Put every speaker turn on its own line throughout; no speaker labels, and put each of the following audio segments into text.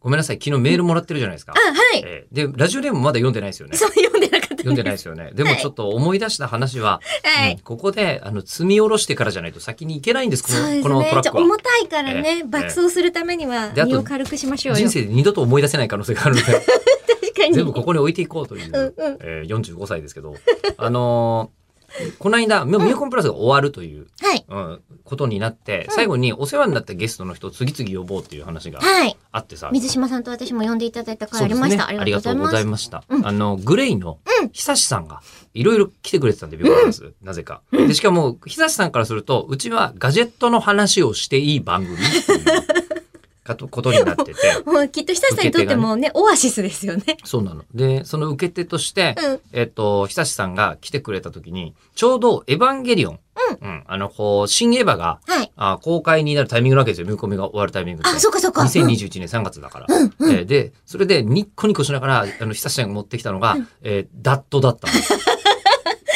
ごめんなさい、昨日メールもらってるじゃないですか。
あ、はい。
えーで、ラジオネームまだ読んでないですよね。
そう、読んでなかったんです。
読んでないですよね。でもちょっと思い出した話は、
は
うん
い。
ここで、あの、積み下ろしてからじゃないと先に行けないんです、こ
そうです
のこの
ね。
トラ
ち
ッ
ょ
クは
重。たいから
え
ね、
え
爆走するためには
であと
身を軽くしましょうよ。
人生で二度と思い出せない可能性があるの で、
確かに。
全部ここに置いていこうというう、
んうん。
えー、45歳ですけど、あのーこの間、もうミューコンプラスが終わるという、
はい。
うん、ことになって、
うん
最後にお世話になったゲストの人を次々呼ぼうっていう話が
はい。
あってさ、
水島さんと私も呼んでいただいた回
そ
あ
う
り
です
ま
ね
した。
あ
あ
り
り
が
が
と
と
う
う
ご
ご
ざ
ざ
い
います。
ました。
うん
あの、グレイの久志さんがいろいろ来てくれてたんで、ビューカーズなぜか。で、しかも、久志さんからすると、うちはガジェットの話をしていい番組っていうかとことにな ってて、
もうきっと久志さんにとってもね、オアシスですよね。
そうなの。で、その受け手として、
うん
えっと、久志さんが来てくれた時に、ちょうどエヴァンゲリオン、うん、あの、こう、新エヴァが、
はい。
あ公開になるタイミングなわけですよ。見込みが終わるタイミングって
あ、そうかそうか。
2021年3月だから。えーで、それでニッコニコしながら、あの、久しさんが持ってきたのが、えーダットだったんです。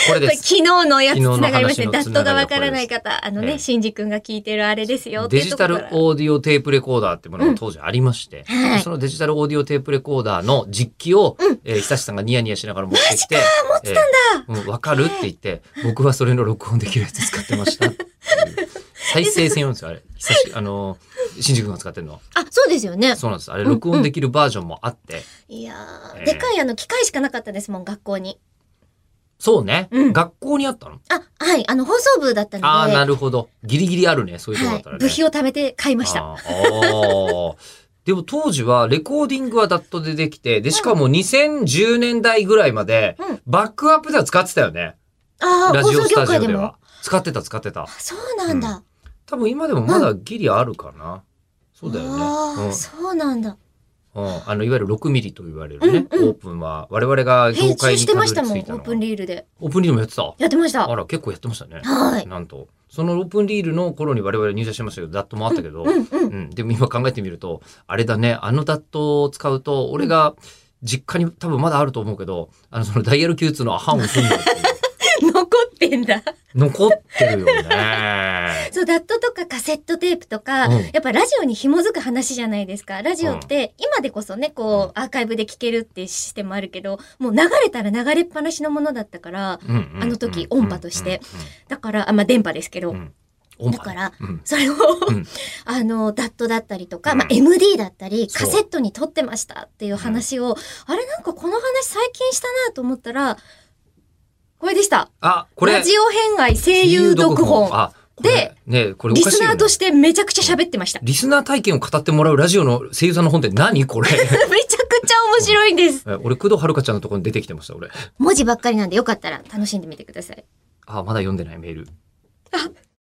これ
うん
で
これ
す。
昨日のやつつながりましたね。
昨日の
ダッ
話のつながりは
トがわからない方、あの
ええ
ね、シンジ君が聞いてるあれですよって
デ
いう
ジ
と
タ
ころ
ル
から。
オーディオテープレコーダーってものが当時ありまして、
うんはい
そのデジタルオーディオテープレコーダーの実機を、
うん
えー久志さんがニヤニヤしながら持ってきて、持ってたんだ、うんわかるって言って、僕はそれの録音できるやつ使ってました っていう。再生専用ですよ、あれ。久し、あのー、新宿が使ってるの。
あ、そうですよね。
そうなんです。あれ、録音できるバージョンもあって、
いや
ええ
ー、でかいあの機械しかなかったですもん、学校に。
そうね、
うん
学校にあったの
あ、はい、あの、放送部だったので。
ああ、なるほど。ギリギリあるね。そういうとこだ
は
っ
い
たらね。。
部費を貯めて買いました。
あーあー。でも当時はレコーディングはダットでできて、で、しかも2010年代ぐらいまで
うん、
バックアップでは使ってたよね。
ああ、
ラ
放
ジオ
送
ス
業
タジ
界
オ
で
で
も
は。。使ってた、使ってた
あ。そうなんだ。
多分今でもまだギリあるかな。そうだよ
あ
ね
あ、。そうなんだ。
うん。うんあの、いわゆる6ミリと言われるね、
うんうん
オープンは、我々が業
編
界
集
に
したて
ど
ま
り
し
着
たもん、オ
いた
ー
のは
プンリールで。
オープンリールもやってた
やってました。
あ
は
ら、結構やってましたね。
い。
なんと。そのオープンリールの頃に我々入社してましたけど、ダットもあったけど、
うんうん。
うん、でも今考えてみると、あれだね、あのダットを使うと、俺が実家に多分まだあると思うけど、あの、そのダイヤル Q2 の半を踏んでるっていう
残ってんだ。
残ってるよね。
そう、ダットとかカセットテープとか、
うん
やっぱラジオに紐づく話じゃないですか。ラジオって、今でこそね、こう、アーカイブで聞けるっていうシステムあるけど、もう流れたら流れっぱなしのものだったから、
うんうんうん
あの時音波としてだから、あ、まあ、電波ですけど、
うんうんうん音波ね
だから
うん
それを、
うん
あの、ダットだったりとか、
うん
まあ、MD だったり、
そ
カ
う
セットに撮ってましたっていう話を、あれなんかこの話最近したなと思ったら、これでした。
あ、これ
ラジ、オ編外声優読本。
あ、これね、これお
リ
かし
ス
いよ
ナ
ね
ーとしてめちゃくちゃ喋ってました。
リスナー体験を語ってもらうラジオの声優さんの本って何これ
めちゃくちゃ面白いんです。
え俺、工藤遥香ちゃんのところに出てきてました、俺。
文字ばっかりなんでよかったら楽しんでみてください。
あ、まだ読んでないメール。